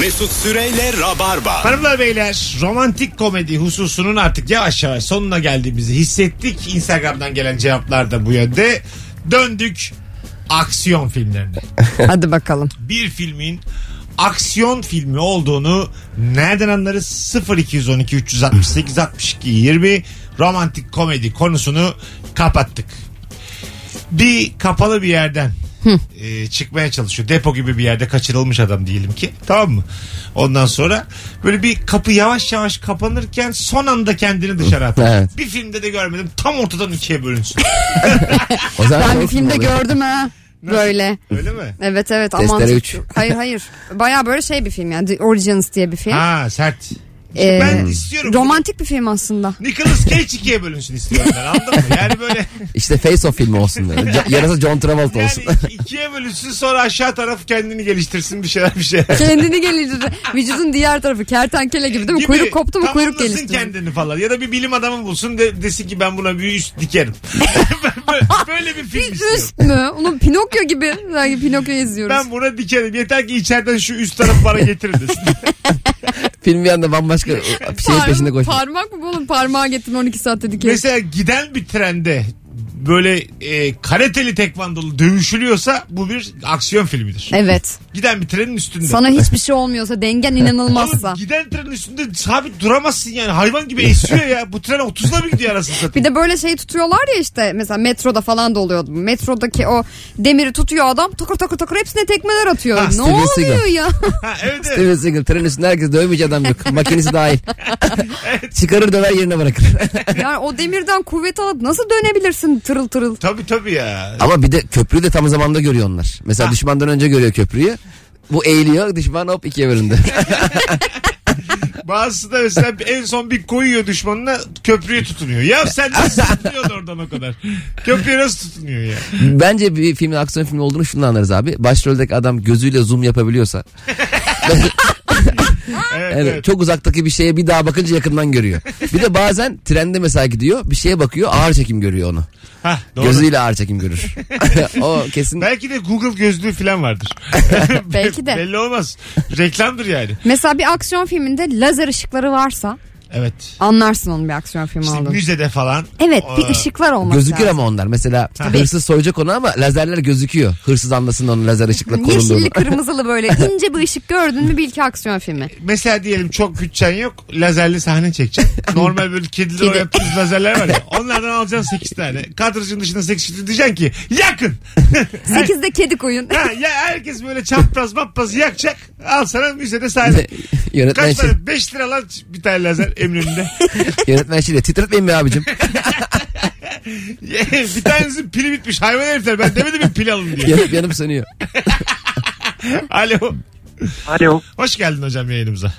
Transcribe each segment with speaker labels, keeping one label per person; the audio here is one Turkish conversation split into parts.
Speaker 1: Mesut Süreyle Rabarba.
Speaker 2: Hanımlar beyler romantik komedi hususunun artık yavaş yavaş sonuna geldiğimizi hissettik. Instagram'dan gelen cevaplar da bu yönde. Döndük aksiyon filmlerine.
Speaker 3: Hadi bakalım.
Speaker 2: Bir filmin aksiyon filmi olduğunu nereden anlarız? 0212 368 62 20 romantik komedi konusunu kapattık. Bir kapalı bir yerden e, çıkmaya çalışıyor. Depo gibi bir yerde kaçırılmış adam diyelim ki. Tamam mı? Ondan sonra böyle bir kapı yavaş yavaş kapanırken son anda kendini dışarı atar.
Speaker 4: Evet.
Speaker 2: Bir filmde de görmedim. Tam ortadan ikiye bölünsün.
Speaker 4: O
Speaker 3: Ben
Speaker 4: zaman
Speaker 3: bir
Speaker 4: korkma
Speaker 3: filmde
Speaker 4: oğlum.
Speaker 3: gördüm ha. Böyle.
Speaker 2: Öyle mi?
Speaker 3: Evet evet.
Speaker 4: Testere
Speaker 3: aman.
Speaker 4: üç.
Speaker 3: Hayır hayır. Baya böyle şey bir film yani. The Origins diye bir film.
Speaker 2: Ha sert.
Speaker 3: Ee,
Speaker 2: ben istiyorum.
Speaker 3: Romantik bir film aslında.
Speaker 2: Nicholas Cage ikiye bölünsün istiyorum ben anladın mı? Yani böyle
Speaker 4: İşte Face Off filmi olsun böyle. Ca- Yarısı John Travolta
Speaker 2: yani
Speaker 4: olsun.
Speaker 2: ikiye bölünsün sonra aşağı taraf kendini geliştirsin bir şeyler bir şeyler.
Speaker 3: Kendini geliştirir. Vücudun diğer tarafı kertenkele Şey gibi değil mi?
Speaker 2: Gibi
Speaker 3: Kuyruk koptu mu kuyruk
Speaker 2: tamamlasın
Speaker 3: geliştirir.
Speaker 2: kendini falan ya da bir bilim adamı bulsun de, desin ki ben buna bir üst dikerim. böyle bir film
Speaker 3: Bir
Speaker 2: istiyorum.
Speaker 3: üst mü? Onun Pinokyo gibi. Sanki Pinokyo izliyoruz.
Speaker 2: Ben buna dikerim. Yeter ki içeriden şu üst tarafı bana getirin desin.
Speaker 4: Film bir anda bambaşka bir şeyin
Speaker 3: Parm-
Speaker 4: peşinde koşuyor.
Speaker 3: Parmak mı bu oğlum? Parmağa getirme 12 saatte dikeyim.
Speaker 2: Mesela giden bir trende böyle e, karateli tekvandolu dövüşülüyorsa bu bir aksiyon filmidir.
Speaker 3: Evet.
Speaker 2: Giden bir trenin üstünde.
Speaker 3: E, Sana hiçbir şey olmuyorsa dengen inanılmazsa.
Speaker 2: Oğlum giden trenin üstünde sabit duramazsın yani. Hayvan gibi esiyor ya. Bu tren 30'la mı gidiyor arasını satayım?
Speaker 3: Bir de böyle şeyi tutuyorlar ya işte mesela metroda falan da oluyordu. Metrodaki o demiri tutuyor adam takır takır takır hepsine tekmeler atıyor.
Speaker 2: Ha,
Speaker 3: ne
Speaker 4: Steven
Speaker 3: oluyor
Speaker 4: Seagal.
Speaker 3: ya?
Speaker 2: Ha, evet evet.
Speaker 4: Steven Seagal tren üstünde herkes dövmeyeceği adam yok. Makinesi dahil. Çıkarır döver yerine bırakır.
Speaker 3: yani o demirden kuvvet alıp nasıl dönebilirsin tırıl tırıl?
Speaker 2: Tabii tabii ya.
Speaker 4: Ama bir de köprüyü de tam zamanda görüyor onlar. Mesela düşmandan önce görüyor köprüyü. Bu eğiliyor düşman hop ikiye bölündü.
Speaker 2: Bazısı da mesela en son bir koyuyor düşmanına köprüye tutunuyor. Ya sen nasıl tutunuyorsun oradan o kadar? Köprüye nasıl tutunuyor ya?
Speaker 4: Bence bir filmin aksiyon filmi olduğunu şundan anlarız abi. Başroldeki adam gözüyle zoom yapabiliyorsa.
Speaker 2: Evet
Speaker 4: Evet,
Speaker 2: evet.
Speaker 4: Çok uzaktaki bir şeye bir daha bakınca yakından görüyor. Bir de bazen trende mesela gidiyor bir şeye bakıyor ağır çekim görüyor onu.
Speaker 2: Hah, doğru.
Speaker 4: Gözüyle ağır çekim görür. o kesin
Speaker 2: Belki de Google gözlüğü falan vardır.
Speaker 3: Belki de.
Speaker 2: Belli olmaz. Reklamdır yani.
Speaker 3: Mesela bir aksiyon filminde lazer ışıkları varsa
Speaker 2: Evet.
Speaker 3: anlarsın onun bir aksiyon filmi
Speaker 2: İşte
Speaker 3: olduğunu.
Speaker 2: müzede falan.
Speaker 3: Evet
Speaker 2: Aa,
Speaker 3: bir ışıklar olması
Speaker 4: gözükür
Speaker 3: lazım.
Speaker 4: ama onlar. Mesela hırsız soyacak onu ama lazerler gözüküyor. Hırsız anlasın onun lazer ışıkla korunduğunu.
Speaker 3: Yeşilli kırmızılı böyle ince bir ışık gördün mü bil ki aksiyon filmi.
Speaker 2: Mesela diyelim çok bütçen yok. Lazerli sahne çekeceksin. Normal böyle kedili
Speaker 3: Kedi.
Speaker 2: yaptığımız lazerler var ya. Onlardan alacaksın 8 tane. Kadrajın dışında 8 tane diyeceksin ki yakın.
Speaker 3: Sekizde kedi koyun.
Speaker 2: Ha, ya herkes böyle çapraz bapraz yakacak. Al sana müzede sahne.
Speaker 4: yönetmen,
Speaker 2: Kaç
Speaker 4: şey,
Speaker 2: para? 5 lira lan bir tane lazer emrinde.
Speaker 4: yönetmen şeyle titretmeyin be abicim.
Speaker 2: bir tanesinin pili bitmiş. Hayvan herifler ben demedim mi pil alın diye.
Speaker 4: Yanıp yanıp sönüyor.
Speaker 2: Alo.
Speaker 5: Alo.
Speaker 2: Hoş geldin hocam yayınımıza.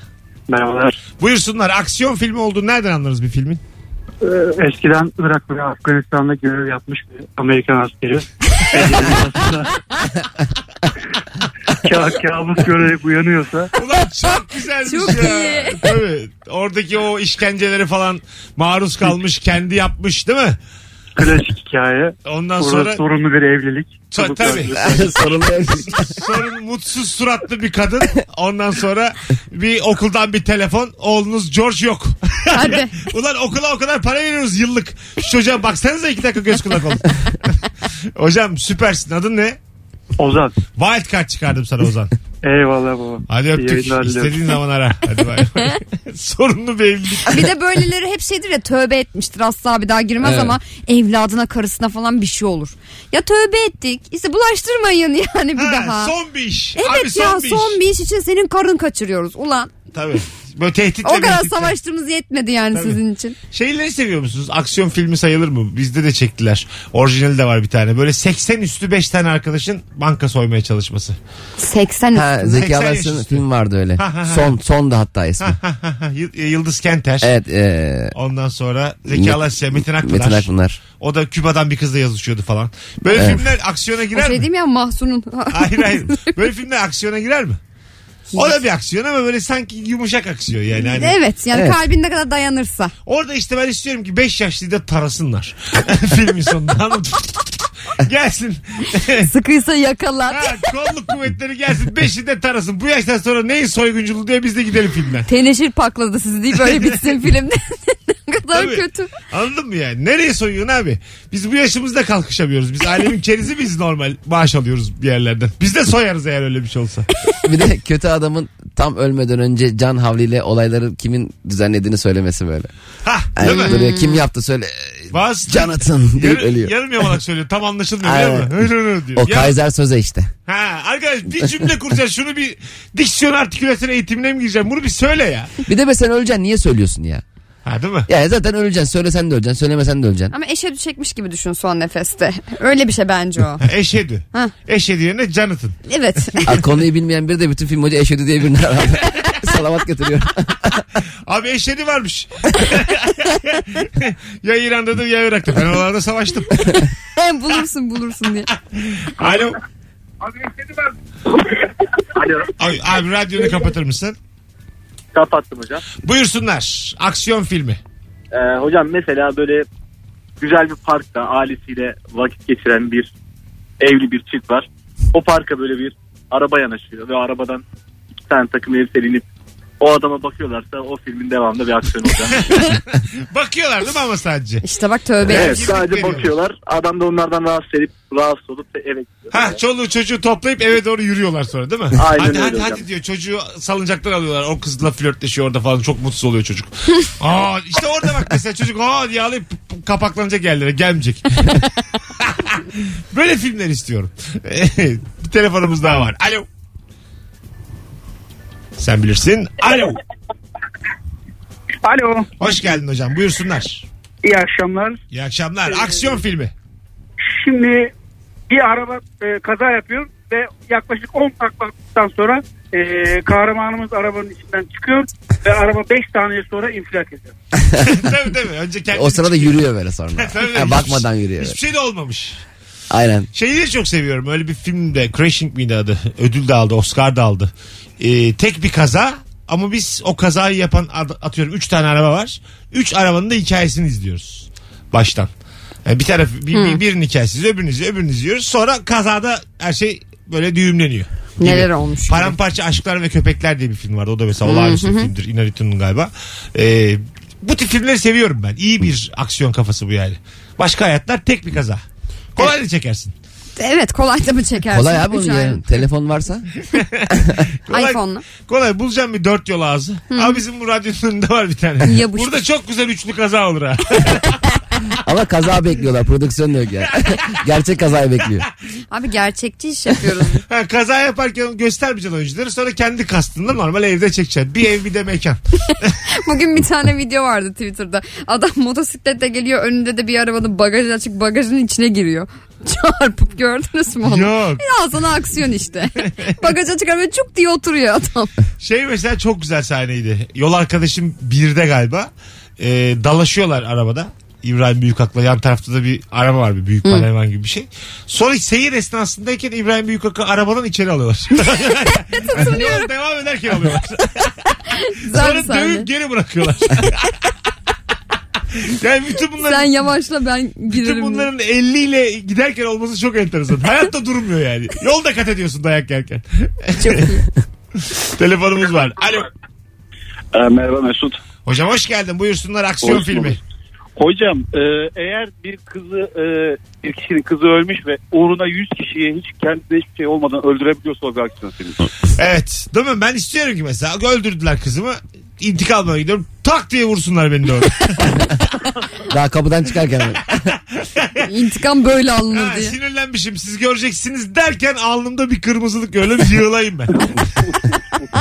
Speaker 5: Merhabalar.
Speaker 2: Buyursunlar. Aksiyon filmi olduğunu nereden anlarız bir filmin?
Speaker 5: Ee, eskiden Irak ve Afganistan'da görev yapmış bir Amerikan askeri. Ka- kabus görerek uyanıyorsa
Speaker 2: Ulan çok güzelmiş
Speaker 3: Çok
Speaker 2: ya.
Speaker 3: iyi.
Speaker 2: Tabii. Oradaki o işkenceleri falan maruz kalmış, kendi yapmış değil mi?
Speaker 5: klasik hikaye.
Speaker 2: Ondan
Speaker 5: Orada
Speaker 2: sonra
Speaker 5: sorunlu bir evlilik.
Speaker 2: Ta-
Speaker 5: Çabuk
Speaker 2: tabii.
Speaker 5: öldü.
Speaker 4: Sorunlu evlilik.
Speaker 2: sorun mutsuz suratlı bir kadın. Ondan sonra bir okuldan bir telefon. Oğlunuz George yok.
Speaker 3: Hadi.
Speaker 2: Ulan okula o kadar para veriyoruz yıllık. Şu çocuğa baksanıza iki dakika göz kulak olun. Hocam süpersin. Adın ne?
Speaker 5: Ozan.
Speaker 2: Wild card çıkardım sana Ozan.
Speaker 5: Eyvallah baba.
Speaker 2: Hadi
Speaker 5: İyi
Speaker 2: öptük.
Speaker 5: yayınlar diliyorum.
Speaker 2: İstediğin zaman ara. Hadi bay bay. Sorunlu bir evlilik.
Speaker 3: Bir de böyleleri hep şeydir ya tövbe etmiştir asla bir daha girmez
Speaker 4: Evet.
Speaker 3: ama evladına karısına falan bir şey olur. Ya tövbe ettik işte bulaştırmayın yani bir
Speaker 2: Ha,
Speaker 3: daha.
Speaker 2: Son bir iş.
Speaker 3: evet
Speaker 2: Abi son
Speaker 3: ya
Speaker 2: bir iş.
Speaker 3: son bir iş için senin karın kaçırıyoruz ulan.
Speaker 2: Tabii. Böyle tehditle
Speaker 3: O kadar
Speaker 2: tehditle.
Speaker 3: savaştığımız yetmedi yani
Speaker 2: Tabii.
Speaker 3: sizin için.
Speaker 2: Şeyleri seviyor musunuz? Aksiyon filmi sayılır mı? Bizde de çektiler. Orijinali de var bir tane. Böyle 80 üstü 5 tane arkadaşın banka soymaya çalışması.
Speaker 3: 80
Speaker 4: Ha,
Speaker 3: üstü.
Speaker 4: Zeki
Speaker 2: 80
Speaker 4: Alasya'nın
Speaker 2: yaşında.
Speaker 4: film vardı öyle.
Speaker 2: Ha, ha, ha.
Speaker 4: son son da hatta ismi.
Speaker 2: Y- e, Yıldız Kenter.
Speaker 4: evet. E,
Speaker 2: Ondan sonra Zeki Alasya, Metin Akpınar.
Speaker 4: Metin Akpınar.
Speaker 2: O da Küba'dan bir kızla yazışıyordu falan. Böyle
Speaker 4: Evet.
Speaker 2: filmler aksiyona
Speaker 3: O
Speaker 2: girer
Speaker 3: şey
Speaker 2: mi?
Speaker 3: diyeyim ya Mahsun'un.
Speaker 2: Hayır hayır. Böyle filmler aksiyona girer mi? O da bir aksiyon ama böyle sanki yumuşak aksiyon yani. Hani
Speaker 3: Evet yani
Speaker 4: Evet.
Speaker 3: kalbin ne kadar dayanırsa.
Speaker 2: Orada işte ben istiyorum ki 5 yaşlıyı da tarasınlar. Filmin sonunda. Anladın mı? Gelsin.
Speaker 3: Sıkıysa yakala.
Speaker 2: Ha, kolluk kuvvetleri gelsin. Beşi de tarasın. Bu yaştan sonra neyin soygunculuğu diye biz de gidelim filmden.
Speaker 3: Teneşir pakladı sizi deyip böyle bitsin filmde. ne kadar
Speaker 2: Tabii.
Speaker 3: kötü.
Speaker 2: Anladın mı yani? Nereye soyuyorsun abi? Biz bu yaşımızda kalkışamıyoruz. Biz alemin kerizi biz normal maaş alıyoruz bir yerlerden. Biz de soyarız eğer öyle bir şey olsa.
Speaker 4: Bir de kötü adamın tam ölmeden önce can havliyle olayları kimin düzenlediğini söylemesi böyle.
Speaker 2: Ha,
Speaker 4: Yani
Speaker 2: değil mi?
Speaker 4: duruyor, kim yaptı söyle.
Speaker 2: Bazı-
Speaker 4: Jonathan deyip
Speaker 2: Yarı-
Speaker 4: ölüyor.
Speaker 2: Yarım yamalak söylüyor. Tam anlaşılmıyor biliyor
Speaker 4: Aynen.
Speaker 2: musun? Öyle öyle diyor.
Speaker 4: o
Speaker 2: Ya-
Speaker 4: Kaiser söze işte.
Speaker 2: ha, arkadaş bir cümle kuracağız. Şunu bir diksiyon artikülasyon eğitimine mi gireceğim? Bunu bir söyle ya.
Speaker 4: Bir de be sen öleceksin niye söylüyorsun ya?
Speaker 2: Ha değil mi?
Speaker 4: Yani zaten öleceksin söylesen de öleceksin söylemesen de öleceksin.
Speaker 3: Ama eşe düşecekmiş gibi düşün son nefeste. Öyle bir şey bence o.
Speaker 2: Eşedi.
Speaker 3: Ha.
Speaker 2: Eşedi yerine Jonathan.
Speaker 3: Evet.
Speaker 4: Ha, konuyu bilmeyen biri de bütün film hoca eşödü diye birini aradı. Salavat getiriyor.
Speaker 2: Abi eşedi varmış. ya İran'dadır ya Irak'ta. Ben oralarda savaştım.
Speaker 3: bulursun bulursun diye.
Speaker 2: Alo. Abi, abi radyonu kapatır mısın?
Speaker 6: Kapattım hocam.
Speaker 2: Buyursunlar. Aksiyon filmi.
Speaker 6: Ee, hocam mesela böyle güzel bir parkta ailesiyle vakit geçiren bir evli bir çift var. O parka böyle bir araba yanaşıyor ve arabadan iki tane takım elbiseli inip o adama bakıyorlarsa o filmin devamında bir aksiyon olacak.
Speaker 2: Bakıyorlar değil mi ama sadece?
Speaker 3: İşte bak tövbe.
Speaker 6: evet
Speaker 2: Girdik
Speaker 6: sadece
Speaker 2: veriyorlar.
Speaker 6: bakıyorlar. Adam da onlardan rahatsız edip rahatsız olup eve gidiyor.
Speaker 2: Ha çoluğu çocuğu toplayıp eve doğru yürüyorlar sonra değil mi?
Speaker 6: Aynen
Speaker 2: hadi
Speaker 6: öyle
Speaker 2: hadi
Speaker 6: hocam.
Speaker 2: hadi diyor çocuğu salıncaktan alıyorlar. O kızla flörtleşiyor orada falan çok mutsuz oluyor çocuk. Aa işte orada bak mesela çocuk aa diye alıp p- p- kapaklanacak yerlere gelmeyecek. Böyle filmler istiyorum. Bir telefonumuz daha var. Alo. Sen bilirsin. Alo.
Speaker 7: Alo.
Speaker 2: Hoş geldin hocam. Buyursunlar.
Speaker 7: iyi akşamlar.
Speaker 2: İyi akşamlar. Aksiyon filmi.
Speaker 7: Şimdi bir araba e, kaza yapıyor ve yaklaşık 10 takladan sonra e, kahramanımız arabanın içinden çıkıyor ve araba 5 saniye sonra infilak ediyor.
Speaker 2: tabii tabii. Önce kendi
Speaker 4: O sırada yürüyor böyle sonra.
Speaker 2: Tabii.
Speaker 4: Ha, bakmadan yürüyor. böyle.
Speaker 2: Hiçbir şey de olmamış.
Speaker 4: Aynen.
Speaker 2: Şeyi de çok seviyorum. Öyle bir filmde Crashing miydi adı? Ödül de aldı, Oscar da aldı. Ee, tek bir kaza ama biz o kazayı yapan ad- atıyorum 3 tane araba var. 3 arabanın da hikayesini izliyoruz baştan. Yani bir taraf bir, bir- birinin hikayesi izliyor, öbürünü izliyor, öbürünü izliyoruz. Sonra kazada her şey böyle düğümleniyor. Gibi.
Speaker 3: Neler olmuş.
Speaker 2: Paramparça Aşklar ve Köpekler diye bir film vardı. O da mesela olağanüstü bir filmdir. Inarritu'nun galiba. Ee, bu tip filmleri seviyorum ben. İyi bir aksiyon kafası bu yani. Başka hayatlar tek bir kaza. Kolay da çekersin.
Speaker 3: Evet kolay da mı çekersin?
Speaker 4: Kolay abi
Speaker 3: Üç
Speaker 4: onu
Speaker 3: ay-
Speaker 4: yani. Telefon varsa.
Speaker 2: Kolay-
Speaker 3: iPhone'la.
Speaker 2: Kolay bulacağım bir dört yol ağzı. Ama bizim bu radyonun önünde var bir tane.
Speaker 3: Yapıştır.
Speaker 2: Burada çok güzel üçlü kaza olur ha.
Speaker 4: Ama kaza bekliyorlar. Prodüksiyon da yok yani. Gerçek kazayı bekliyor.
Speaker 3: Abi gerçekçi iş yapıyoruz.
Speaker 2: Ha, kaza yaparken göstermeyeceksin oyuncuları. Sonra kendi kastında normal evde çekeceksin. Bir ev bir de mekan.
Speaker 3: Bugün bir tane video vardı Twitter'da. Adam motosiklette geliyor önünde de bir arabanın bagajı açık bagajın içine giriyor. Çarpıp gördünüz mü onu?
Speaker 2: Yok.
Speaker 3: Biraz sana aksiyon işte. Bagaj açık araba çuk diye oturuyor adam.
Speaker 2: Şey mesela çok güzel sahneydi. Yol arkadaşım birde galiba. Ee, dalaşıyorlar arabada. İbrahim Büyükak'la yan tarafta da bir araba var bir büyük panelvan gibi bir şey. Sonra seyir esnasındayken İbrahim Büyükak'ı arabadan içeri alıyorlar. Yol devam ederken alıyorlar.
Speaker 3: Güzel bir
Speaker 2: Sonra
Speaker 3: sahne.
Speaker 2: dövüp geri bırakıyorlar. yani bütün bunların
Speaker 3: Sen yavaşla ben
Speaker 2: bütün
Speaker 3: girerim. diye.
Speaker 2: bunların 50 ile giderken olması çok enteresan. Hayatta durmuyor yani. Yolda kat ediyorsun dayak yerken. Telefonumuz var. Alo.
Speaker 8: Ee,
Speaker 9: merhaba Mesut.
Speaker 2: Hocam hoş geldin. Buyursunlar aksiyon
Speaker 9: Hoş
Speaker 2: filmi.
Speaker 9: bulduk. Hocam e, eğer bir kızı e, bir kişinin kızı ölmüş ve uğruna 100 kişiye hiç kendisine hiçbir şey olmadan öldürebiliyorsa o bir aksiyon filmi.
Speaker 2: Evet. Değil mi? Ben istiyorum ki mesela öldürdüler kızımı. İntikam almaya gidiyorum. Tak diye vursunlar beni de orada.
Speaker 4: Daha kapıdan çıkarken.
Speaker 3: İntikam böyle alınır
Speaker 2: Ha,
Speaker 3: diye.
Speaker 2: sinirlenmişim siz göreceksiniz derken alnımda bir kırmızılık öyle bir yığılayım ben.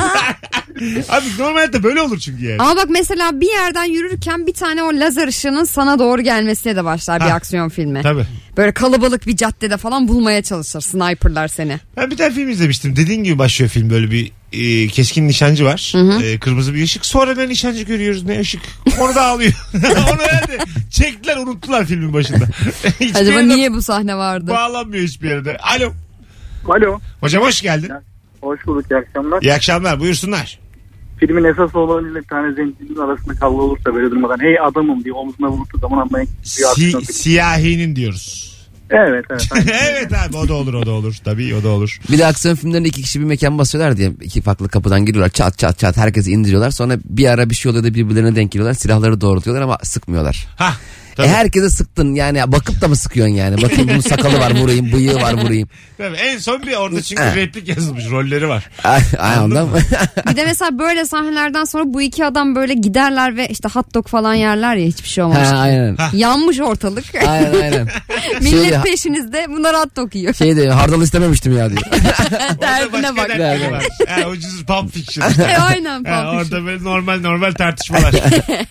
Speaker 2: Abi normalde böyle olur çünkü yani.
Speaker 3: Ama bak mesela bir yerden yürürken bir tane o lazer ışığının sana doğru gelmesine de başlar bir
Speaker 2: Ha.
Speaker 3: aksiyon filmi.
Speaker 2: Tabii.
Speaker 3: Böyle kalabalık bir caddede falan bulmaya çalışır sniperlar seni.
Speaker 2: Ben bir tane film izlemiştim. Dediğin gibi başlıyor film böyle bir e, keskin nişancı var. E, kırmızı bir ışık. Sonra ne nişancı görüyoruz ne ışık. Onu da ağlıyor. Onu herhalde çektiler unuttular filmin başında. Hiçbir
Speaker 3: Acaba
Speaker 2: yere de
Speaker 3: niye bu sahne vardı?
Speaker 2: Bağlanmıyor hiçbir yerde. Alo.
Speaker 5: Alo.
Speaker 2: Hocam hoş geldin.
Speaker 5: Hoş bulduk iyi akşamlar.
Speaker 2: İyi akşamlar buyursunlar.
Speaker 5: Filmin esas olanıyla bir tane zencinin arasında kavga olursa böyle durmadan hey adamım diye omzuna vurduğu zaman anlayın.
Speaker 2: Si- siyahinin diyoruz.
Speaker 5: Evet evet.
Speaker 2: evet abi o da olur o da olur. Tabii o da olur.
Speaker 4: Bir de aksiyon filmlerinde iki kişi bir mekan basıyorlar diye iki farklı kapıdan giriyorlar çat çat çat herkesi indiriyorlar. Sonra bir ara bir şey oluyor da birbirlerine denk geliyorlar silahları doğrultuyorlar ama sıkmıyorlar.
Speaker 2: Hah.
Speaker 4: E
Speaker 2: Tabii.
Speaker 4: herkese sıktın yani bakıp da mı sıkıyorsun yani? Bakayım bunun sakalı var vurayım, bıyığı var vurayım.
Speaker 2: Tabii. En son bir orada çünkü replik yazılmış rolleri var.
Speaker 4: Ay, ay ondan mı?
Speaker 3: Bir de mesela böyle sahnelerden sonra bu iki adam böyle giderler ve işte hot dog falan yerler ya hiçbir şey
Speaker 4: ha,
Speaker 3: olmamış.
Speaker 4: aynen.
Speaker 3: Yanmış ortalık.
Speaker 4: Aynen aynen.
Speaker 2: şey
Speaker 3: Millet
Speaker 4: Şeyde-
Speaker 3: peşinizde bunlar hot dog yiyor.
Speaker 4: Şey diyor hardal istememiştim ya diyor.
Speaker 2: Orada başka
Speaker 3: bak.
Speaker 2: dertleri var. Ha, ucuz Pulp Fiction işte.
Speaker 3: E, aynen
Speaker 2: Ha,
Speaker 3: Pulp Fiction.
Speaker 2: orada böyle normal normal tartışmalar.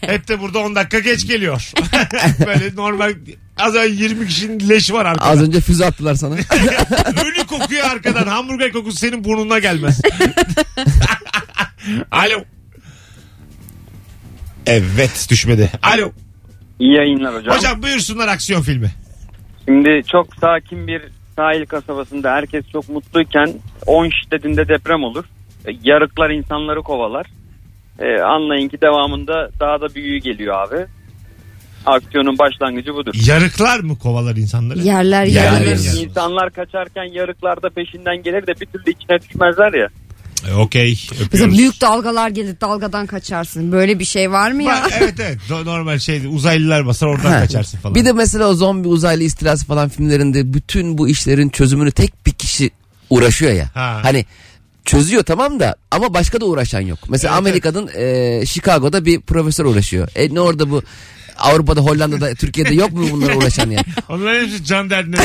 Speaker 2: Hep de burada 10 dakika geç geliyor. böyle normal az önce 20 kişinin leşi var arkada.
Speaker 4: Az önce füze attılar sana.
Speaker 2: Ölü kokuyor arkadan. Hamburger kokusu senin burnuna gelmez. Alo. Evet düşmedi. Alo.
Speaker 8: İyi yayınlar hocam.
Speaker 2: Hocam buyursunlar aksiyon filmi.
Speaker 8: Şimdi çok sakin bir sahil kasabasında herkes çok mutluyken 10 şiddetinde deprem olur. E, Yarıklar insanları kovalar. E, anlayın ki devamında daha da büyüğü geliyor abi. Aksiyonun başlangıcı budur.
Speaker 2: Yarıklar mı kovalar insanları?
Speaker 3: Yerler
Speaker 2: Yerler
Speaker 3: yerler.
Speaker 2: yerler.
Speaker 8: İnsanlar kaçarken yarıklar da peşinden gelir de bir türlü içine düşmezler ya.
Speaker 2: E, Okey.
Speaker 3: Mesela
Speaker 2: öpüyoruz.
Speaker 3: büyük dalgalar gelir dalgadan kaçarsın. Böyle bir şey var mı ya?
Speaker 2: Ba- evet evet Do- normal şey uzaylılar basar oradan
Speaker 4: Ha.
Speaker 2: kaçarsın falan.
Speaker 4: Bir de mesela o zombi uzaylı istilası falan filmlerinde bütün bu işlerin çözümünü tek bir kişi uğraşıyor ya.
Speaker 2: Ha.
Speaker 4: Hani çözüyor tamam da ama başka da uğraşan yok. Mesela
Speaker 2: Evet,
Speaker 4: Amerika'nın e, Chicago'da bir profesör uğraşıyor. E ne orada bu Avrupa'da Hollanda'da Türkiye'de yok mu bunlara uğraşan ya?
Speaker 2: Onların hepsi can derdine.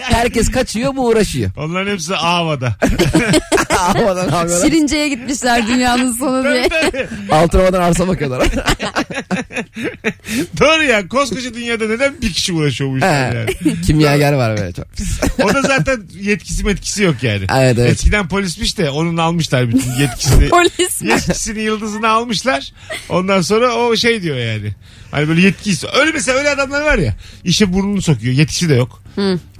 Speaker 4: Herkes kaçıyor bu uğraşıyor.
Speaker 2: Onların hepsi Ava'da.
Speaker 4: Havadan havluyorlar.
Speaker 3: Şirince'ye gitmişler dünyanın sonu diye.
Speaker 4: Altırabadan arsa bakıyorlar.
Speaker 2: Doğru ya koskoca dünyada neden bir kişi uğraşıyor bu işlerle
Speaker 4: He.
Speaker 2: yani?
Speaker 4: Kimyager var böyle çok.
Speaker 2: O da zaten yetkisi metkisi yok yani.
Speaker 4: Evet, evet.
Speaker 2: Eskiden polismiş de onun almışlar bütün yetkisini.
Speaker 3: Polis mi?
Speaker 2: yetkisini yıldızını almışlar. Ondan sonra o şey diyor yani. Hani böyle yetkisi. Öyle mesela öyle adamlar var ya. İşe burnunu sokuyor. Yetkisi de yok.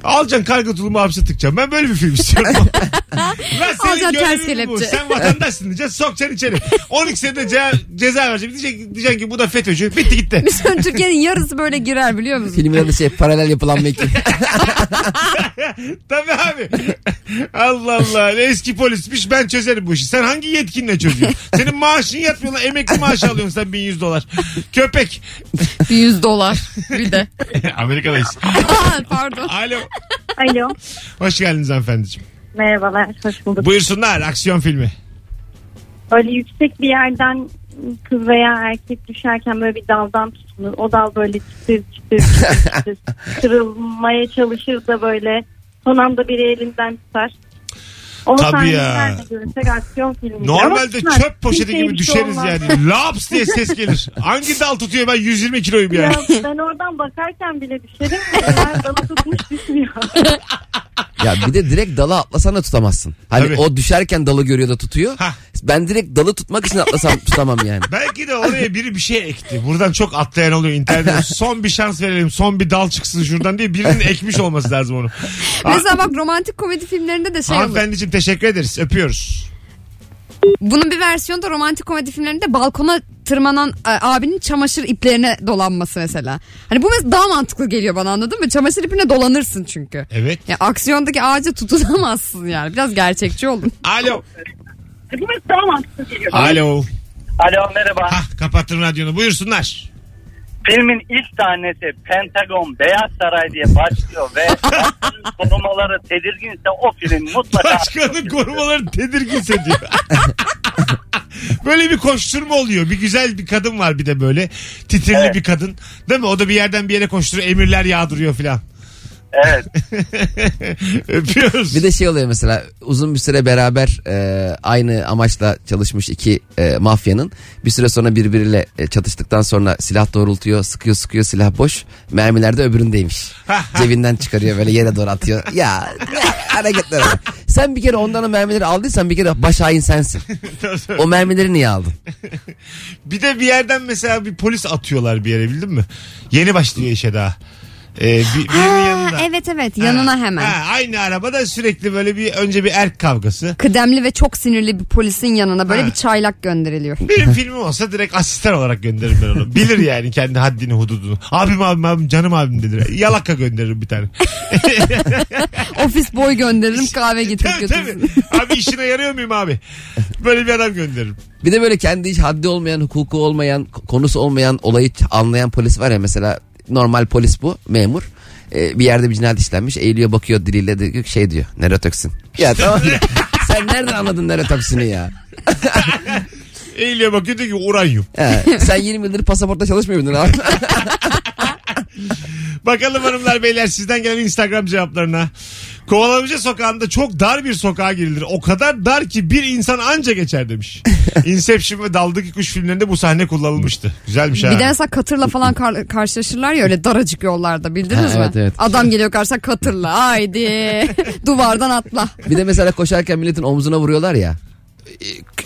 Speaker 2: Alacaksın karga tulumu hapse tıkacaksın. Ben böyle bir film istiyorum. Lan senin
Speaker 3: Alacaksın ters
Speaker 2: görevin bu.
Speaker 3: kelepçe.
Speaker 2: Sen vatandaşsın diyeceksin. Sokacaksın içeri. 12 senede ceza, ceza vereceğim. Diyeceksin, diyeceksin ki bu da FETÖ'cü. Bitti gitti.
Speaker 3: Bütün Türkiye'nin yarısı böyle girer biliyor musun?
Speaker 4: Filmlerde şey paralel yapılan vekil.
Speaker 2: Tabii abi. Allah Allah. Ne Eski polismiş ben çözerim bu işi. Sen hangi yetkinle çözüyorsun? Senin maaşın yatmıyor lan. Emekli maaşı alıyorsun sen 1100 dolar. Köpek.
Speaker 3: 100 dolar bir de.
Speaker 2: Amerika'dayız.
Speaker 3: Aa, Pardon.
Speaker 2: Alo.
Speaker 10: Alo.
Speaker 2: Hoş geldiniz hanımefendiciğim.
Speaker 10: Merhabalar. Hoş bulduk.
Speaker 2: Buyursunlar aksiyon filmi.
Speaker 10: Böyle yüksek bir yerden kız veya erkek düşerken böyle bir daldan tutunur. O dal böyle çıtır çıtır çıtır çıtır kırılmaya çalışır da böyle son anda biri elinden tutar. O
Speaker 2: Tabii
Speaker 10: sahnelerde
Speaker 2: ya.
Speaker 10: Görsek aksiyon filmi.
Speaker 2: Normalde çöp poşeti
Speaker 10: şey
Speaker 2: gibi düşeriz yani. Laps diye ses gelir. Hangi dal tutuyor ben 120 kiloyum
Speaker 10: Ya
Speaker 2: yani.
Speaker 10: ben oradan bakarken bile düşerim. Onlar bana tutmuş düşmüyor.
Speaker 4: Ya bir de direkt dala atlasan da tutamazsın. Hani
Speaker 2: Tabii.
Speaker 4: o düşerken dalı görüyor da tutuyor.
Speaker 2: Hah.
Speaker 4: Ben direkt dalı tutmak için atlasam tutamam yani.
Speaker 2: Belki de oraya biri bir şey ekti. Buradan çok atlayan oluyor internette. Son bir şans verelim. Son bir dal çıksın şuradan diye birinin ekmiş olması lazım onu.
Speaker 3: Mesela bak romantik komedi filmlerinde de şey olur.
Speaker 2: Hanımefendiciğim teşekkür ederiz. Öpüyoruz.
Speaker 3: Bunun bir versiyonu da romantik komedi filmlerinde balkona tırmanan e, abinin çamaşır iplerine dolanması mesela. Hani bu mesela daha mantıklı geliyor bana anladın mı? Çamaşır ipine dolanırsın çünkü.
Speaker 2: Evet.
Speaker 3: Ya aksiyondaki ağaca tutunamazsın yani. Biraz gerçekçi olun.
Speaker 2: Alo.
Speaker 10: Bu daha mantıklı geliyor.
Speaker 2: Alo.
Speaker 9: Alo merhaba.
Speaker 2: Hah kapattım radyonu. Buyursunlar.
Speaker 9: Filmin ilk tanesi Pentagon Beyaz Saray diye başlıyor ve korumaları tedirginse o film mutlaka
Speaker 2: Başkanın korumaları tedirginse diyor. böyle bir koşturma oluyor. Bir güzel bir kadın var bir de böyle. Titrili bir kadın. Değil mi? O da bir yerden bir yere koşturuyor. Emirler yağdırıyor filan.
Speaker 9: evet.
Speaker 2: Öpüyoruz.
Speaker 4: Bir de şey oluyor mesela uzun bir süre beraber e, aynı amaçla çalışmış iki e, mafyanın bir süre sonra birbiriyle e, çatıştıktan sonra silah doğrultuyor sıkıyor sıkıyor silah boş mermiler de öbüründeymiş. Cebinden çıkarıyor böyle yere doğru atıyor. Ya hareketler var. Sen bir kere ondan o mermileri aldıysan bir kere baş hain sensin. o mermileri niye aldın?
Speaker 2: Bir de bir yerden mesela bir polis atıyorlar bir yere bildin mi? Yeni başlıyor işe daha. Ee, bir- birinin yanında.
Speaker 3: evet evet yanına
Speaker 2: Ha,
Speaker 3: hemen.
Speaker 2: ha, aynı arabada sürekli böyle bir önce bir erk kavgası.
Speaker 3: Kıdemli ve çok sinirli bir polisin yanına böyle
Speaker 2: Ha.
Speaker 3: bir çaylak gönderiliyor.
Speaker 2: Benim filmim olsa direkt asistan olarak gönderirim ben onu. Bilir yani kendi haddini hududunu. Abim abim abim canım abim dedir. Yalaka gönderirim bir tane.
Speaker 3: Ofis boy gönderirim kahve getirip
Speaker 2: tabii tabii.
Speaker 3: götürsün.
Speaker 2: Abi işine yarıyor muyum abi? Böyle bir adam gönderirim.
Speaker 4: Bir de böyle kendi hiç haddi olmayan, hukuku olmayan, k- konusu olmayan olayı t- anlayan polis var ya mesela normal polis bu memur. Ee, bir yerde bir cinayet işlenmiş eğiliyor bakıyor diliyle de diyor ki şey diyor nörotoksin. Ya tamam ya. Sen nereden anladın nörotoksini ya?
Speaker 2: Eğiliyor bakıyor diyor ki uranyum.
Speaker 4: He, sen 20 yıldır pasaportta çalışmıyor muydun abi?
Speaker 2: Bakalım hanımlar beyler sizden gelen Instagram cevaplarına. Kovalamaca sokağında çok dar bir sokağa girilir. O kadar dar ki bir insan anca geçer demiş. Inception ve Daldaki Kuş filmlerinde bu sahne kullanılmıştı. Güzelmiş ha.
Speaker 3: Bir de mesela katırla falan kar- karşılaşırlar ya öyle daracık yollarda bildiniz
Speaker 4: Ha,
Speaker 3: mi?
Speaker 4: evet, evet.
Speaker 3: Adam geliyor karşısına katırla haydi duvardan atla.
Speaker 4: bir de mesela koşarken milletin omzuna vuruyorlar ya.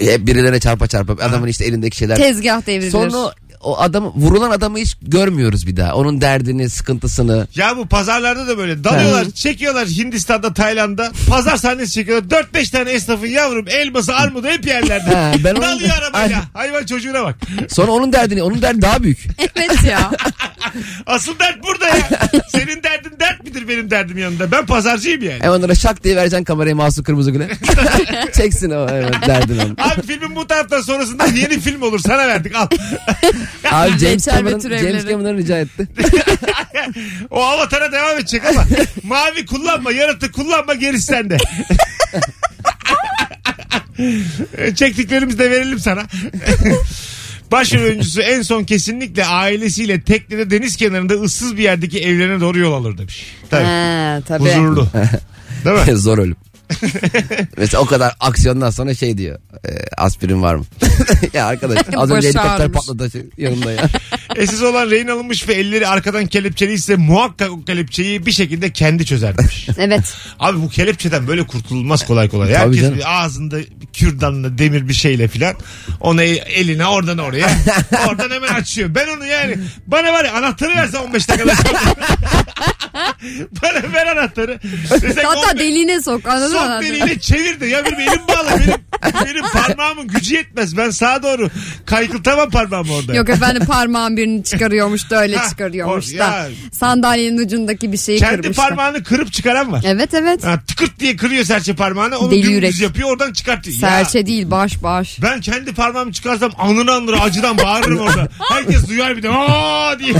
Speaker 4: Ee, Hep birilerine çarpa çarpa adamın işte elindeki şeyler.
Speaker 3: Tezgah devrilir.
Speaker 4: Sonra o adam vurulan adamı hiç görmüyoruz bir daha. Onun derdini, sıkıntısını.
Speaker 2: Ya bu pazarlarda da böyle dalıyorlar, çekiyorlar Hindistan'da, Tayland'da. Pazar sahnesi çekiyorlar. 4-5 tane esnafın yavrum elması, armudu hep yerlerde.
Speaker 4: Ha, ben onu-
Speaker 2: Dalıyor arabayla.
Speaker 4: Ay.
Speaker 2: Hayvan çocuğuna bak.
Speaker 4: Sonra onun derdini, onun derdi daha büyük.
Speaker 3: Evet ya.
Speaker 2: Asıl dert burada ya. Senin derdin dert midir benim derdim yanında? Ben pazarcıyım yani.
Speaker 4: Hemen E, onlara şak diye vereceksin kamerayı masum kırmızı güne. Çeksin o evet, derdin onu.
Speaker 2: Abi filmin bu taraftan sonrasında yeni film olur sana verdik al.
Speaker 4: Abi James
Speaker 3: Geçer
Speaker 4: Cameron,
Speaker 3: bütün evleri.
Speaker 4: James Cameron rica etti.
Speaker 2: O avatara devam edecek ama mavi kullanma yaratık kullanma gerisi sende. E, Çektiklerimizi de verelim sana. Başrol oyuncusu en son kesinlikle ailesiyle teknede deniz kenarında ıssız bir yerdeki evlerine doğru yol alır demiş. Tabii.
Speaker 3: Ha, tabii.
Speaker 2: Huzurlu. Değil mi?
Speaker 4: Zor ölüm. Mesela o kadar aksiyondan sonra şey diyor. E, aspirin var mı? ya arkadaş az
Speaker 3: Başı
Speaker 4: önce helikopter
Speaker 3: ağrımış.
Speaker 4: patladı şey, yanımda ya.
Speaker 2: Esiz olan rehin alınmış ve elleri arkadan kelepçeliyse muhakkak o kelepçeyi bir şekilde kendi çözer demiş.
Speaker 3: Evet.
Speaker 2: Abi bu kelepçeden böyle kurtululmaz kolay kolay. Herkes
Speaker 4: canım.
Speaker 2: bir ağzında bir kürdanla demir bir şeyle filan. Ona eline oradan oraya. oradan hemen açıyor. Ben onu yani bana var ya anahtarı versen 15 dakikada. bana ver anahtarı. Desek
Speaker 3: Hatta
Speaker 2: 15
Speaker 3: deliğine sok anladın mı?
Speaker 2: Sok deliğiyle çevir de ya benim elim bağlı benim, benim parmağımın gücü yetmez ben sağa doğru kaykıltamam parmağımı orada.
Speaker 3: Yok efendim parmağın birini çıkarıyormuş da öyle
Speaker 2: Ha,
Speaker 3: çıkarıyormuş
Speaker 2: or-
Speaker 3: da.
Speaker 2: ya.
Speaker 3: Sandalyenin ucundaki bir şeyi
Speaker 2: Kendi
Speaker 3: kırmış da.
Speaker 2: parmağını kırıp çıkaran var.
Speaker 3: Evet evet.
Speaker 2: Ha, tıkırt diye kırıyor serçe parmağını onu
Speaker 3: Deli
Speaker 2: dümdüz
Speaker 3: yürek.
Speaker 2: yapıyor oradan çıkartıyor. Ya.
Speaker 3: Serçe değil baş baş.
Speaker 2: Ben kendi parmağımı çıkarsam anını anır acıdan bağırırım orada. Herkes duyar bir de aa diye.